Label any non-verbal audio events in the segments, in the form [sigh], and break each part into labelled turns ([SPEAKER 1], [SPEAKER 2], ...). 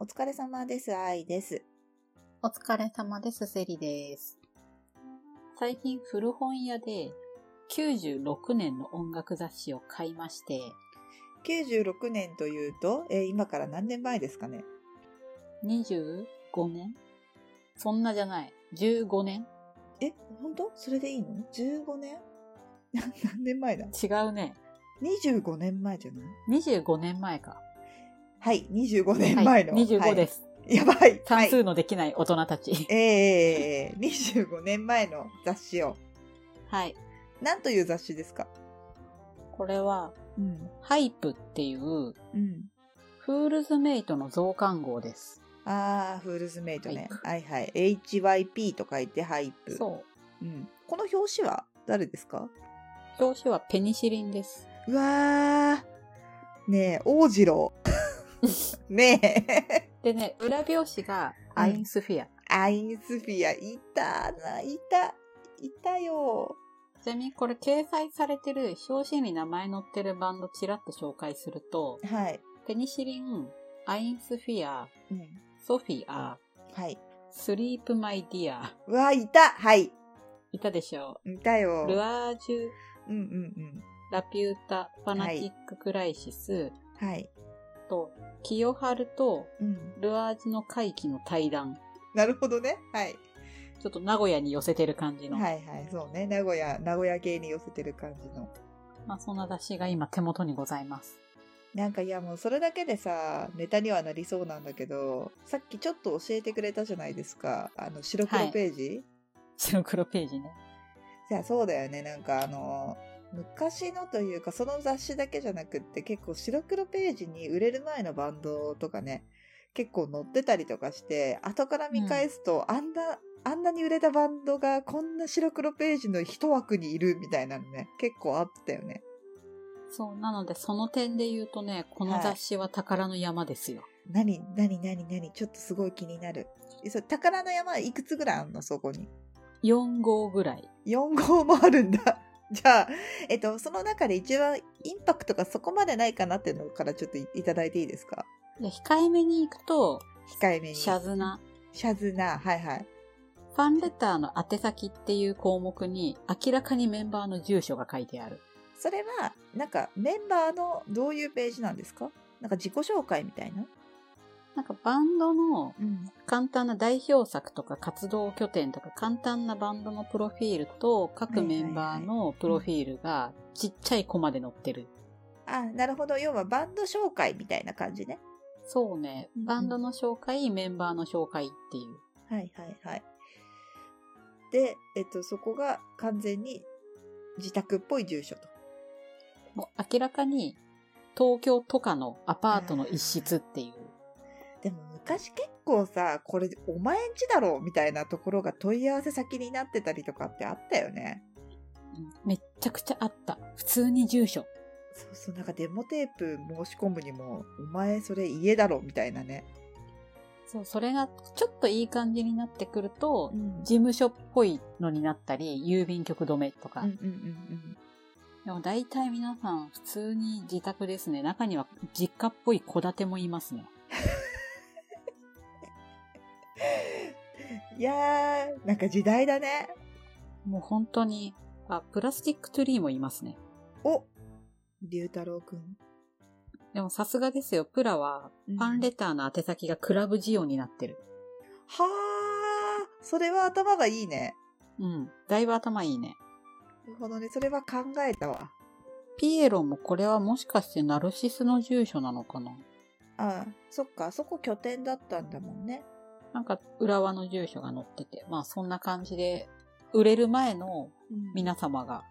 [SPEAKER 1] お疲れ様です。愛です。
[SPEAKER 2] お疲れ様です、セリです。最近古本屋で96年の音楽雑誌を買いまして、
[SPEAKER 1] 96年というと、えー今から何年前ですかね。
[SPEAKER 2] 25年そんなじゃない。15年
[SPEAKER 1] え、本当それでいいの ?15 年 [laughs] な何年前だ
[SPEAKER 2] 違うね。
[SPEAKER 1] ?25 年前じゃない
[SPEAKER 2] 25年前か。
[SPEAKER 1] はい、25年前の。。
[SPEAKER 2] はい、25ですす、
[SPEAKER 1] やばい。は
[SPEAKER 2] 算
[SPEAKER 1] い。
[SPEAKER 2] 数のできない大人たち。
[SPEAKER 1] えー、25年前の雑誌を。
[SPEAKER 2] はい。
[SPEAKER 1] なんという雑誌ですか
[SPEAKER 2] これは、
[SPEAKER 1] うん。
[SPEAKER 2] ハイプっていう、
[SPEAKER 1] うん。
[SPEAKER 2] フールズメイトの増刊号です。
[SPEAKER 1] あー、フールズメイトね。はいはい。HYP と書いてハイプ。
[SPEAKER 2] そ
[SPEAKER 1] う。
[SPEAKER 2] う。
[SPEAKER 1] ん。この表紙は誰ですか
[SPEAKER 2] 表紙はペニシリンです。
[SPEAKER 1] うわー。ねえ、大次郎。 [laughs] ねえ。
[SPEAKER 2] でね、裏表紙がアインスフィア。
[SPEAKER 1] アインスフィア、いたな、いた、いたよ。
[SPEAKER 2] ちなみにこれ掲載されてる表紙に名前載ってるバンドちらっと紹介すると、
[SPEAKER 1] はい。
[SPEAKER 2] ペニシリン、アインスフィア、
[SPEAKER 1] うん。
[SPEAKER 2] ソフィア、
[SPEAKER 1] はい。
[SPEAKER 2] スリープマイディア、
[SPEAKER 1] うわ、いたはい。
[SPEAKER 2] いたでしょ
[SPEAKER 1] いたよ
[SPEAKER 2] う。。ルアージュ、
[SPEAKER 1] うんうん
[SPEAKER 2] ラピュータ、ファナティック・クライシス、
[SPEAKER 1] うん。はい。
[SPEAKER 2] と、キヨハルと
[SPEAKER 1] うん。
[SPEAKER 2] ルアージュの回帰の対談。
[SPEAKER 1] なるほどね。はい。
[SPEAKER 2] ちょっと名古屋に寄せてる感じの。
[SPEAKER 1] はいはい。そうね。名古屋、名古屋系に寄せてる感じの。
[SPEAKER 2] まあそんな雑誌が今手元にございます。
[SPEAKER 1] なんかいやもうそれだけでさ、ネタにはなりそうなんだけど、さっきちょっと教えてくれたじゃないですか。あの、白黒
[SPEAKER 2] はい
[SPEAKER 1] ページ、
[SPEAKER 2] 白黒ページね。
[SPEAKER 1] じゃあそうだよねなんかあの昔のというかその雑誌だけじゃなくって結構白黒ページに売れる前のバンドとかね結構載ってたりとかして後から見返すと、あんなあんなに売れたバンドがこんな白黒ページの一枠にいるみたいなのね結構あったよね
[SPEAKER 2] そう、なのでその点で言うとね、この雑誌は宝の山ですよ。
[SPEAKER 1] 何何何何ちょっとすごい気になるえそれ宝の山いくつぐらいあんのそこに
[SPEAKER 2] 4号ぐらい。
[SPEAKER 1] 4号もあるんだ [laughs] じゃあ、えっと、その中で一番インパクトがそこまでないかなっていうのからちょっといいただいていいですか
[SPEAKER 2] で控えめに行くと、
[SPEAKER 1] 控えめに。
[SPEAKER 2] シャズナ。
[SPEAKER 1] シャズナ、はいはい。
[SPEAKER 2] ファンレターの宛先っていう項目に、明らかにメンバーの住所が書いてある。
[SPEAKER 1] それは、なんかメンバーのどういうページなんですかなんか自己紹介みたいな。
[SPEAKER 2] なんかバンドの
[SPEAKER 1] うん。
[SPEAKER 2] 簡単な代表作とか活動拠点とか簡単なバンドのプロフィールと各メンバーのプロフィールがちっちゃいコマで載ってる。
[SPEAKER 1] あ、なるほど。要はバンド紹介みたいな感じね。
[SPEAKER 2] そうね。
[SPEAKER 1] うんうん
[SPEAKER 2] バンドの紹介、メンバーの紹介っていう。
[SPEAKER 1] はいはいはい。で、えっと、そこが完全に自宅っぽい住所と。
[SPEAKER 2] もう明らかに東京とかのアパートの一室っていう。
[SPEAKER 1] でも昔結構さ、これお前んちだろみたいなところが問い合わせ先になってたりとかってあったよね。
[SPEAKER 2] めっちゃくちゃあった。普通に住所。
[SPEAKER 1] そうそう、なんかデモテープ申し込むにも、お前それ家だろみたいなね。
[SPEAKER 2] そう、それがちょっといい感じになってくると、
[SPEAKER 1] うん
[SPEAKER 2] 事務所っぽいのになったり、郵便局止めとか。
[SPEAKER 1] うんうんうん
[SPEAKER 2] でも大体皆さん普通に自宅ですね。中には実家っぽい戸建てもいますね。
[SPEAKER 1] うん。いやー、なんか時代だね。
[SPEAKER 2] もう本当に、あ、プラスチックトゥリーもいますね。
[SPEAKER 1] お龍太郎くん。
[SPEAKER 2] でもさすがですよ。プラは
[SPEAKER 1] うん
[SPEAKER 2] ファンレターの宛先がクラブジオになってる。
[SPEAKER 1] はー、それは頭がいいね。
[SPEAKER 2] うん。だいぶ頭いいね。
[SPEAKER 1] なるほどね、それは考えたわ。
[SPEAKER 2] ピエロもこれはもしかしてナルシスの住所なのかな
[SPEAKER 1] ああ、そっか、あそこ拠点だったんだもんね。
[SPEAKER 2] なんか浦和の住所が載ってて、まあそんな感じで、売れる前の
[SPEAKER 1] うん
[SPEAKER 2] 皆様が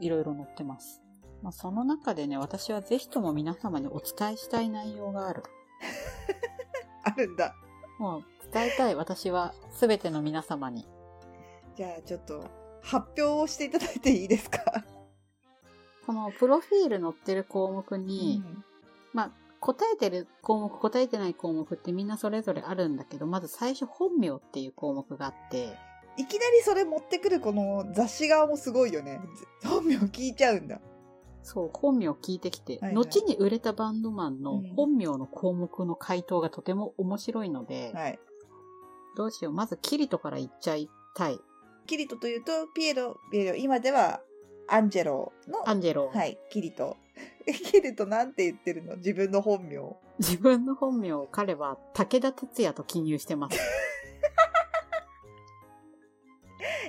[SPEAKER 2] いろいろ載ってます。まあその中でね、私はぜひとも皆様にお伝えしたい内容がある。
[SPEAKER 1] あるんだ。
[SPEAKER 2] もう伝えたい私はすべての皆様に。
[SPEAKER 1] じゃあちょっと発表をしていただいていいですか、
[SPEAKER 2] このプロフィール載ってる項目に、まあ答えてる項目、答えてない項目ってみんなそれぞれあるんだけど、まず最初本名っていう項目があって、
[SPEAKER 1] いきなりそれ持ってくるこの雑誌側もすごいよね。ず本名聞いちゃうんだ。
[SPEAKER 2] そう、本名を聞いてきて、
[SPEAKER 1] はいはい
[SPEAKER 2] 後に売れたバンドマン
[SPEAKER 1] う
[SPEAKER 2] の
[SPEAKER 1] ん
[SPEAKER 2] 本名の項目の回答がとても面白いので、
[SPEAKER 1] はい。
[SPEAKER 2] どうしよう。まず、キリトから言っちゃいたい。
[SPEAKER 1] キリトというと、ピエロ、ピエロ、今ではアンジェロの、
[SPEAKER 2] アンジェロ。
[SPEAKER 1] はい、キリト。 [laughs] えキリトなんて言ってるの自分の本名。
[SPEAKER 2] 自分の本名を彼は武田鉄矢と記入してます。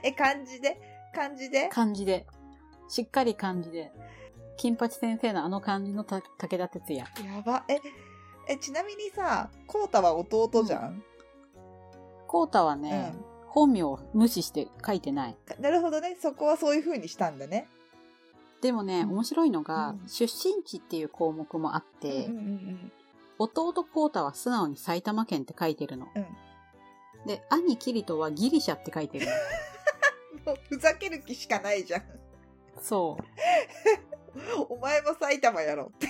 [SPEAKER 1] え、漢字で漢字で
[SPEAKER 2] 漢字で。しっかり漢字で。金八先生のあの漢字のた武田鉄矢。
[SPEAKER 1] やば。え、え、ちなみにさ、コウタは弟じゃん、
[SPEAKER 2] コータは
[SPEAKER 1] うん、
[SPEAKER 2] ね、本名を無視して書いてない。
[SPEAKER 1] かなるほどね。そこはそういう風にしたんだね。
[SPEAKER 2] でもね、
[SPEAKER 1] うん
[SPEAKER 2] 面白いのが、
[SPEAKER 1] うん
[SPEAKER 2] 出身地っていう項目もあって、
[SPEAKER 1] うんうんうん
[SPEAKER 2] 弟コータは素直に埼玉県って書いてるの。
[SPEAKER 1] うん
[SPEAKER 2] で、兄キリトはギリシャって書いてる
[SPEAKER 1] [laughs] うん。も
[SPEAKER 2] の。
[SPEAKER 1] うふざける気しかないじゃん。
[SPEAKER 2] そう。
[SPEAKER 1] [laughs] お前も埼玉や
[SPEAKER 2] [laughs]
[SPEAKER 1] ろって。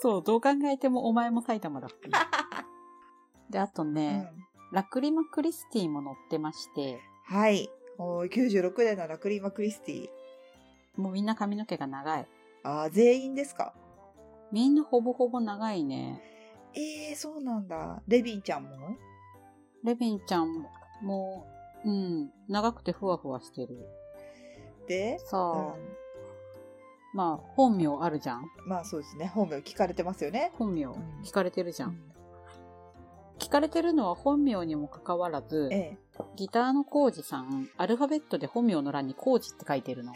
[SPEAKER 2] そう、どう考えてもお前も埼玉だっ
[SPEAKER 1] [laughs]
[SPEAKER 2] ていうで、あと
[SPEAKER 1] う
[SPEAKER 2] ね、
[SPEAKER 1] ん
[SPEAKER 2] ラクリマクリスティも載ってまして、
[SPEAKER 1] はい。おー96年のラクリマ・クリスティ。
[SPEAKER 2] もうみんな髪の毛が長い。
[SPEAKER 1] ああ、全員ですか
[SPEAKER 2] みんなほぼほぼ長いね。
[SPEAKER 1] ええー、そうなんだ。レビンちゃんも
[SPEAKER 2] レビンちゃんも、うん、長くてふわふわしてる。
[SPEAKER 1] で、
[SPEAKER 2] さ
[SPEAKER 1] う
[SPEAKER 2] あ、
[SPEAKER 1] ん、
[SPEAKER 2] まあ、本名あるじゃん
[SPEAKER 1] まあそうですね。本名聞かれてますよね。
[SPEAKER 2] 本名
[SPEAKER 1] ん
[SPEAKER 2] 聞かれてるじ
[SPEAKER 1] う
[SPEAKER 2] ゃん。
[SPEAKER 1] ん
[SPEAKER 2] 聞かれてるのは本名にもかかわらず、
[SPEAKER 1] え [laughs] え。
[SPEAKER 2] ギターのコウジさん、アルファベットで本名の欄にコウジって書いて [laughs] るの。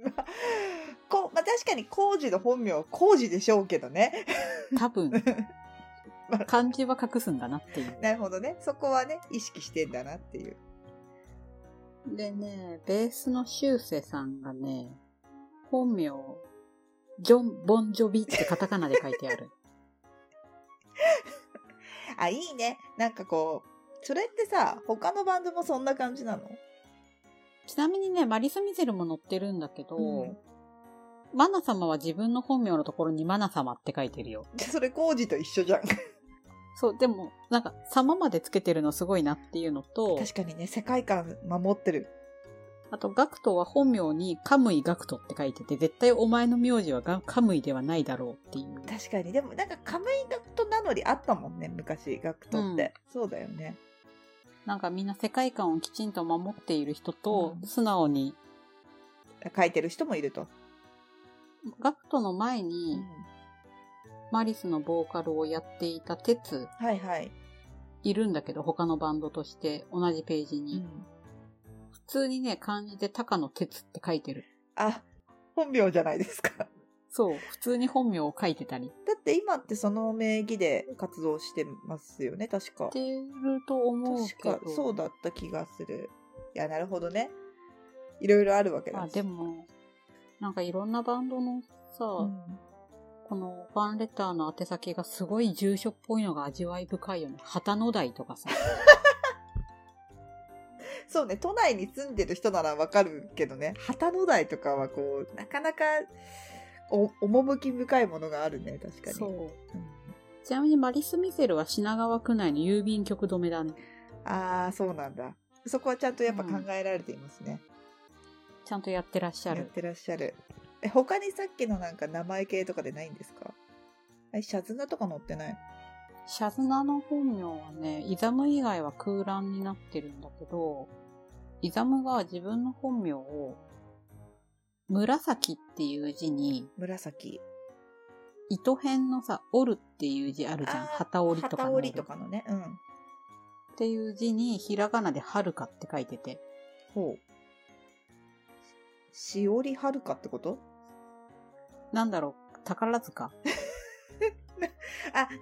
[SPEAKER 1] まあ、こうまあ確かに、コウジの本名はコウジでしょうけどね。 [laughs]
[SPEAKER 2] 多分
[SPEAKER 1] まあ、
[SPEAKER 2] 漢字は隠すんだなっていう。
[SPEAKER 1] なるほどね。そこはね、意識してんだなっていう。
[SPEAKER 2] でね、ベースのシュウセさんがね、本名、ジョン・ボンジョビってカタカナで書いてある。
[SPEAKER 1] あ、いいね。なんかこう、それってさ、他のバンドもそんな感じなの
[SPEAKER 2] [laughs]
[SPEAKER 1] [laughs]
[SPEAKER 2] ちなみにね、マリス・ミゼルも載ってるんだけど、
[SPEAKER 1] うん
[SPEAKER 2] マナ様は自分の本名のところにマナ様って書いてるよ。
[SPEAKER 1] じゃあそれコウジと一緒じゃん。
[SPEAKER 2] そう、でも、なんか、様までつけてるのすごいなっていうのと、
[SPEAKER 1] 確かにね、世界観守ってる。
[SPEAKER 2] あと、ガクトは本名にカムイガクトって書いてて、絶対お前の名字はガカムイではないだろうっていう。
[SPEAKER 1] 確かに。でも、なんか、カムイガクト名乗りあったもんね、昔、ガクトって。そうだよね。
[SPEAKER 2] なんかみんな世界観をきちんと守っている人と、
[SPEAKER 1] うん
[SPEAKER 2] 素直に、
[SPEAKER 1] 書いてる人もいると。
[SPEAKER 2] ガクトの前
[SPEAKER 1] う
[SPEAKER 2] に
[SPEAKER 1] ん、
[SPEAKER 2] マリスのボーカルをやっていたテツ
[SPEAKER 1] はいはい。
[SPEAKER 2] いるんだけど、他のバンドとして同じページに。
[SPEAKER 1] うん
[SPEAKER 2] 普通にね、漢字で高野哲って書いてる。
[SPEAKER 1] あ、本名じゃないですか。 [laughs] だ
[SPEAKER 2] そう、普通に本名を書いてたり。
[SPEAKER 1] って今ってその名義で活動してますよね、確か
[SPEAKER 2] し。てると思うけど。
[SPEAKER 1] 確か、そうだった気がする。いや、なるほどね。いろいろあるわけだ
[SPEAKER 2] あ、でも、なんかいろんなバンドのさ、
[SPEAKER 1] うん
[SPEAKER 2] このファンレターの宛先がすごい住所っぽいのが味わい深いよね。旗の台とかさ。
[SPEAKER 1] そうね、都内に住んでる人ならわかるけどね、旗の台とかはこう、なかなか、お、趣深いものがあるね、確かに。
[SPEAKER 2] そう。
[SPEAKER 1] うん
[SPEAKER 2] ちなみにマリス・ミゼルは品川区内の郵便局止めだね。
[SPEAKER 1] ああ、そうなんだ。そこはちゃんとやっぱ考えられていますね。
[SPEAKER 2] ちゃんとやってらっしゃ
[SPEAKER 1] やっ
[SPEAKER 2] る。
[SPEAKER 1] てらっしゃる。え、他にさっきのなんか名前系とかでないんですかえ、シャズナとか載ってない
[SPEAKER 2] シャズナの本名はね、イザム以外は空欄になってるんだけど、イザムが自分の本名を、紫っていう字に、
[SPEAKER 1] 紫。
[SPEAKER 2] 糸編のさ、折るっていう字あるじゃ
[SPEAKER 1] あー
[SPEAKER 2] ん。旗折りとか
[SPEAKER 1] 旗
[SPEAKER 2] の
[SPEAKER 1] 織りとかのね。うん。
[SPEAKER 2] っていう字に、ひらがなで遥かって書いてて。
[SPEAKER 1] ほう。しおりはるかってこと
[SPEAKER 2] なんだろう、宝塚
[SPEAKER 1] あ、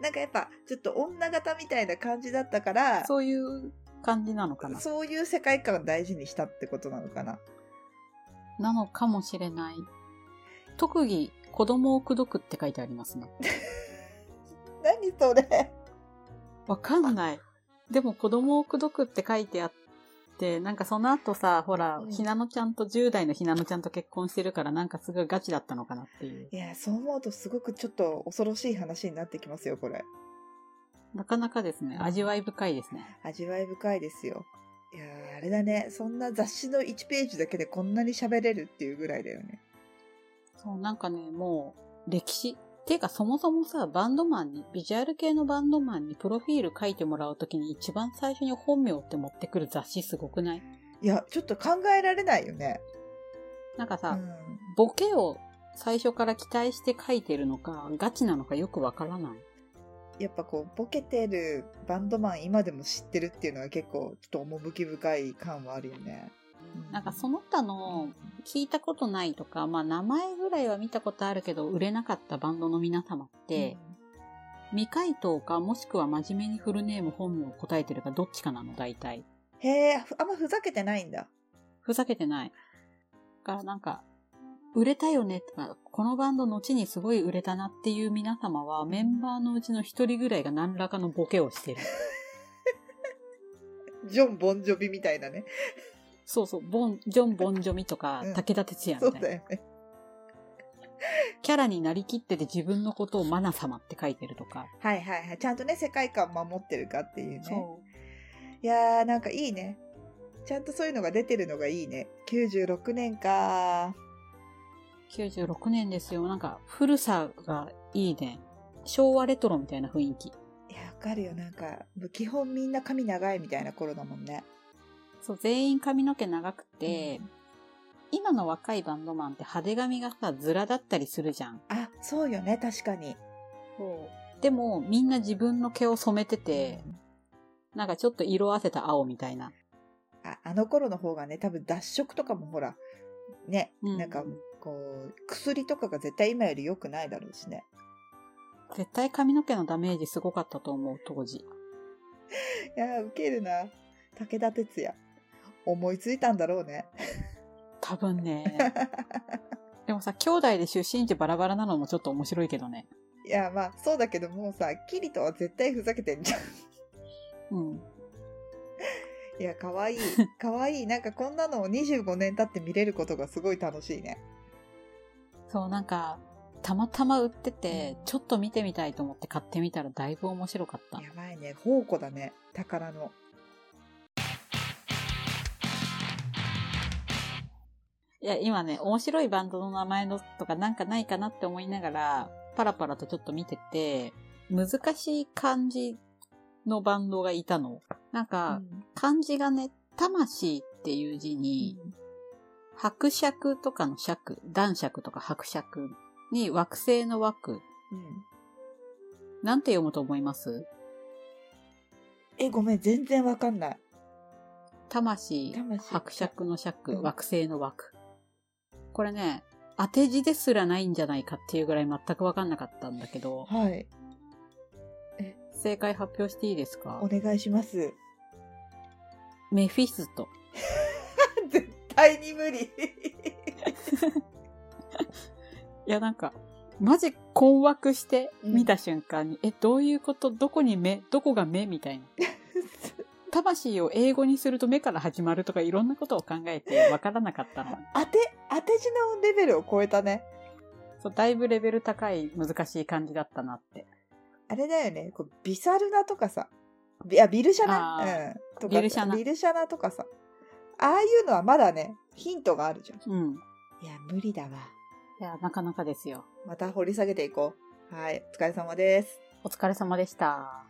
[SPEAKER 1] なんかやっぱ、ちょっと女型みたいな感じだったから、
[SPEAKER 2] そういう感じなのかな
[SPEAKER 1] そういう世界観を大事にしたってことなのかな。
[SPEAKER 2] なのかもしれない。特技、子供を口説くって書いてありますね。
[SPEAKER 1] 何それ
[SPEAKER 2] わかんない。でも子供を口説くって書いてあって、なんかその後さ、ほら
[SPEAKER 1] う、ん
[SPEAKER 2] ひなのちゃんと、10代のひなのちゃんと結婚してるから、なんかすごいガチだったのかなっていう。
[SPEAKER 1] いや、そう思うとすごくちょっと恐ろしい話になってきますよ、これ。
[SPEAKER 2] なかなかですね、味わい深いですね。
[SPEAKER 1] 味わい深いですよ。いやーあれだね。そんな雑誌の1ページだけでこんなに喋れるっていうぐらいだよね。
[SPEAKER 2] そう、なんかね、もう、歴史。ていうか、そもそもさ、バンドマンに、ビジュアル系のバンドマンにプロフィール書いてもらうときに一番最初に本名って持ってくる雑誌すごくない
[SPEAKER 1] いや、ちょっと考えられないよね。
[SPEAKER 2] なんか
[SPEAKER 1] う
[SPEAKER 2] さ、
[SPEAKER 1] ん。
[SPEAKER 2] ボケを最初から期待して書いてるのか、ガチなのかよくわからない。
[SPEAKER 1] やっぱこう、ボケてるバンドマン今でも知ってるっていうのは結構、ちょっと趣深い感はあるよね。う
[SPEAKER 2] なんかその他の聞いたことないとか、まあ名前ぐらいは見たことあるけど売れなかったバンドの皆様って、未回答かもしくは真面目にフルネーム本名を答えてるかどっちかなの大体。
[SPEAKER 1] うんへえ、あんまふざけてないんだ。
[SPEAKER 2] ふざけてない。だからなんか、売れたよねとか、このバンド後にすごい売れたなっていう皆様はメンバーのうちの一人ぐらいが何らかのボケをしてる。
[SPEAKER 1] ジョン・ボンジョビみたいなね。
[SPEAKER 2] そうそう、ボン、ジョン・ボンジョミとか
[SPEAKER 1] うん、
[SPEAKER 2] 武田鉄矢
[SPEAKER 1] そ
[SPEAKER 2] み
[SPEAKER 1] う
[SPEAKER 2] たいな。
[SPEAKER 1] だよね。
[SPEAKER 2] キャラになりきってて自分のことをマナ様って書いてるとか。
[SPEAKER 1] はいはいはい。ちゃんとね、世界観守ってるかっていうね。
[SPEAKER 2] そう。
[SPEAKER 1] いやー、なんかいいね。ちゃんとそういうのが出てるのがいいね。96年か
[SPEAKER 2] 96年ですよ。なんか、古さがいいね。昭和レトロみたいな雰囲気。
[SPEAKER 1] いや、わかるよ。なんか、もう基本みんな髪長いみたいな頃だもんね。
[SPEAKER 2] そう、全員髪の毛長くて、今の若いバンドマンって派手髪がさ、ズラだったりするじゃん。
[SPEAKER 1] あ、そうよね。確かに。
[SPEAKER 2] でも、みんな自分の毛を染めてて、なんかちょっと色あせた青みたいな。
[SPEAKER 1] ああの頃の方がね、多分脱色とかもほら、ね、
[SPEAKER 2] うん
[SPEAKER 1] なんかこう、薬とかが絶対今より良くないだろうしね。
[SPEAKER 2] 絶対髪の毛のダメージすごかったと思う、当時。
[SPEAKER 1] いやー、ウケるな。武田鉄矢。思いついたんだろうね。
[SPEAKER 2] 多分 [laughs] ね。でもさ、兄弟で出身地バラバラなのもちょっと面白いけどね。
[SPEAKER 1] いや、まあ、そうだけど、もうさ、キリトは絶対ふざけてんじゃん。
[SPEAKER 2] うん。
[SPEAKER 1] いや、か
[SPEAKER 2] [laughs]
[SPEAKER 1] わいい。かわいい。なんかこんなのを25年経って見れることがすごい楽しいね。
[SPEAKER 2] そう、なんか、たまたま売ってて、ちょっと見てみたいと思って買ってみたらだいぶ面白かった。
[SPEAKER 1] やばいね。宝庫だね。宝の。
[SPEAKER 2] いや、今ね、面白いバンドの名前のとかなんかないかなって思いながら、パラパラとちょっと見てて、難しい漢字のバンドがいたの。なんか、漢字がね、魂っていう字に、伯爵とかの爵、男爵とか伯爵に惑星の枠、
[SPEAKER 1] うんうん
[SPEAKER 2] なんて読むと思います
[SPEAKER 1] え、ごめん。全然わかんない。
[SPEAKER 2] 魂、
[SPEAKER 1] 魂
[SPEAKER 2] 伯爵の
[SPEAKER 1] う
[SPEAKER 2] 爵、
[SPEAKER 1] ん
[SPEAKER 2] 惑星の枠。これね、当て字ですらないんじゃないかっていうぐらい全くわかんなかったんだけど、
[SPEAKER 1] はい。
[SPEAKER 2] 正解発表していいですか
[SPEAKER 1] お願いします。
[SPEAKER 2] メフィスト。
[SPEAKER 1] 絶対に無理。
[SPEAKER 2] いや、なんか、マジ困惑して
[SPEAKER 1] うん
[SPEAKER 2] 見た瞬間に、え、どういうことどこに目どこが目みたいな。魂を英語にすると目から始まるとかいろんなことを考えてわからなかっ
[SPEAKER 1] [laughs]
[SPEAKER 2] たの。
[SPEAKER 1] 当て、当て字のレベルを超えたね。
[SPEAKER 2] そうだいぶレベル高い難しい感じだったなって。
[SPEAKER 1] あれだよね。こうビサルナとかさ。ビあビルシャナ
[SPEAKER 2] あ
[SPEAKER 1] うん。とか
[SPEAKER 2] ビルシャナ
[SPEAKER 1] ビルシャナとかさ。ああいうのはまだね、ヒントがあるじゃん。
[SPEAKER 2] うん。
[SPEAKER 1] いや、無理だわ。
[SPEAKER 2] いや、なかなかですよ。
[SPEAKER 1] また掘り下げていこう。はい。お疲れ様です。
[SPEAKER 2] お疲れ様でした。